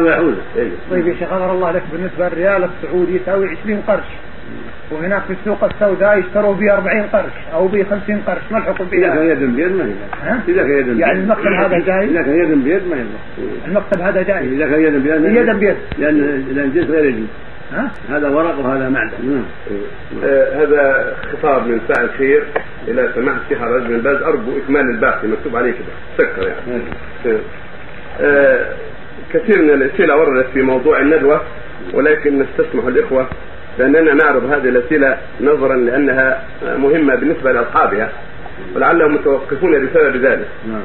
معقولة إيه. طيب يا شيخ غفر الله لك بالنسبة للريال السعودي يساوي 20 قرش وهناك في السوق السوداء يشتروا به 40 قرش أو به 50 قرش ما الحكم في إذا كان ذلك؟ يد بيد ما ينفع ها؟ إذا كان يد بيد يعني المقتل هذا جائز؟ إذا كان يد بيد ما ينفع المكتب هذا جائز إذا كان يد بيد ما يد ينفع. بيد. لأن لأن جنس غير جنس ها؟ هذا ورق وهذا معدن نعم. آه، هذا خطاب من فاعل خير الى سماحه الشيخ عبد العزيز بن باز ارجو اكمال الباقي مكتوب عليه كده سكر يعني نعم. آه، كثير من الاسئله وردت في موضوع الندوه ولكن نستسمح الاخوه باننا نعرض هذه الاسئله نظرا لانها مهمه بالنسبه لاصحابها ولعلهم متوقفون بسبب ذلك نعم